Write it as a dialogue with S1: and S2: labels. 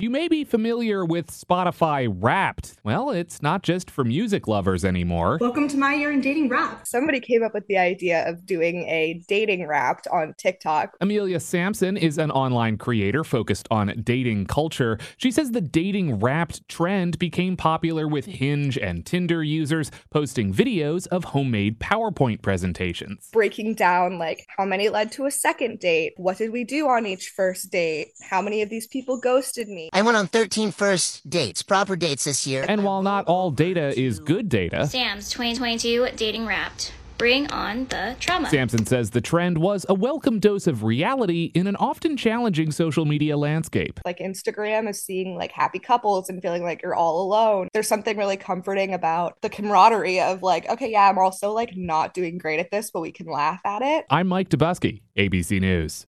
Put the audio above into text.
S1: You may be familiar with Spotify Wrapped. Well, it's not just for music lovers anymore.
S2: Welcome to my year in dating rap.
S3: Somebody came up with the idea of doing a dating wrapped on TikTok.
S1: Amelia Sampson is an online creator focused on dating culture. She says the dating wrapped trend became popular with Hinge and Tinder users posting videos of homemade PowerPoint presentations.
S3: Breaking down like how many led to a second date? What did we do on each first date? How many of these people ghosted me?
S4: I went on 13 first dates, proper dates this year.
S1: And while not all data is good data,
S5: Sam's 2022 Dating Wrapped. Bring on the trauma.
S1: Sampson says the trend was a welcome dose of reality in an often challenging social media landscape.
S3: Like Instagram is seeing like happy couples and feeling like you're all alone. There's something really comforting about the camaraderie of like, okay, yeah, I'm also like not doing great at this, but we can laugh at it.
S1: I'm Mike Dubusky, ABC News.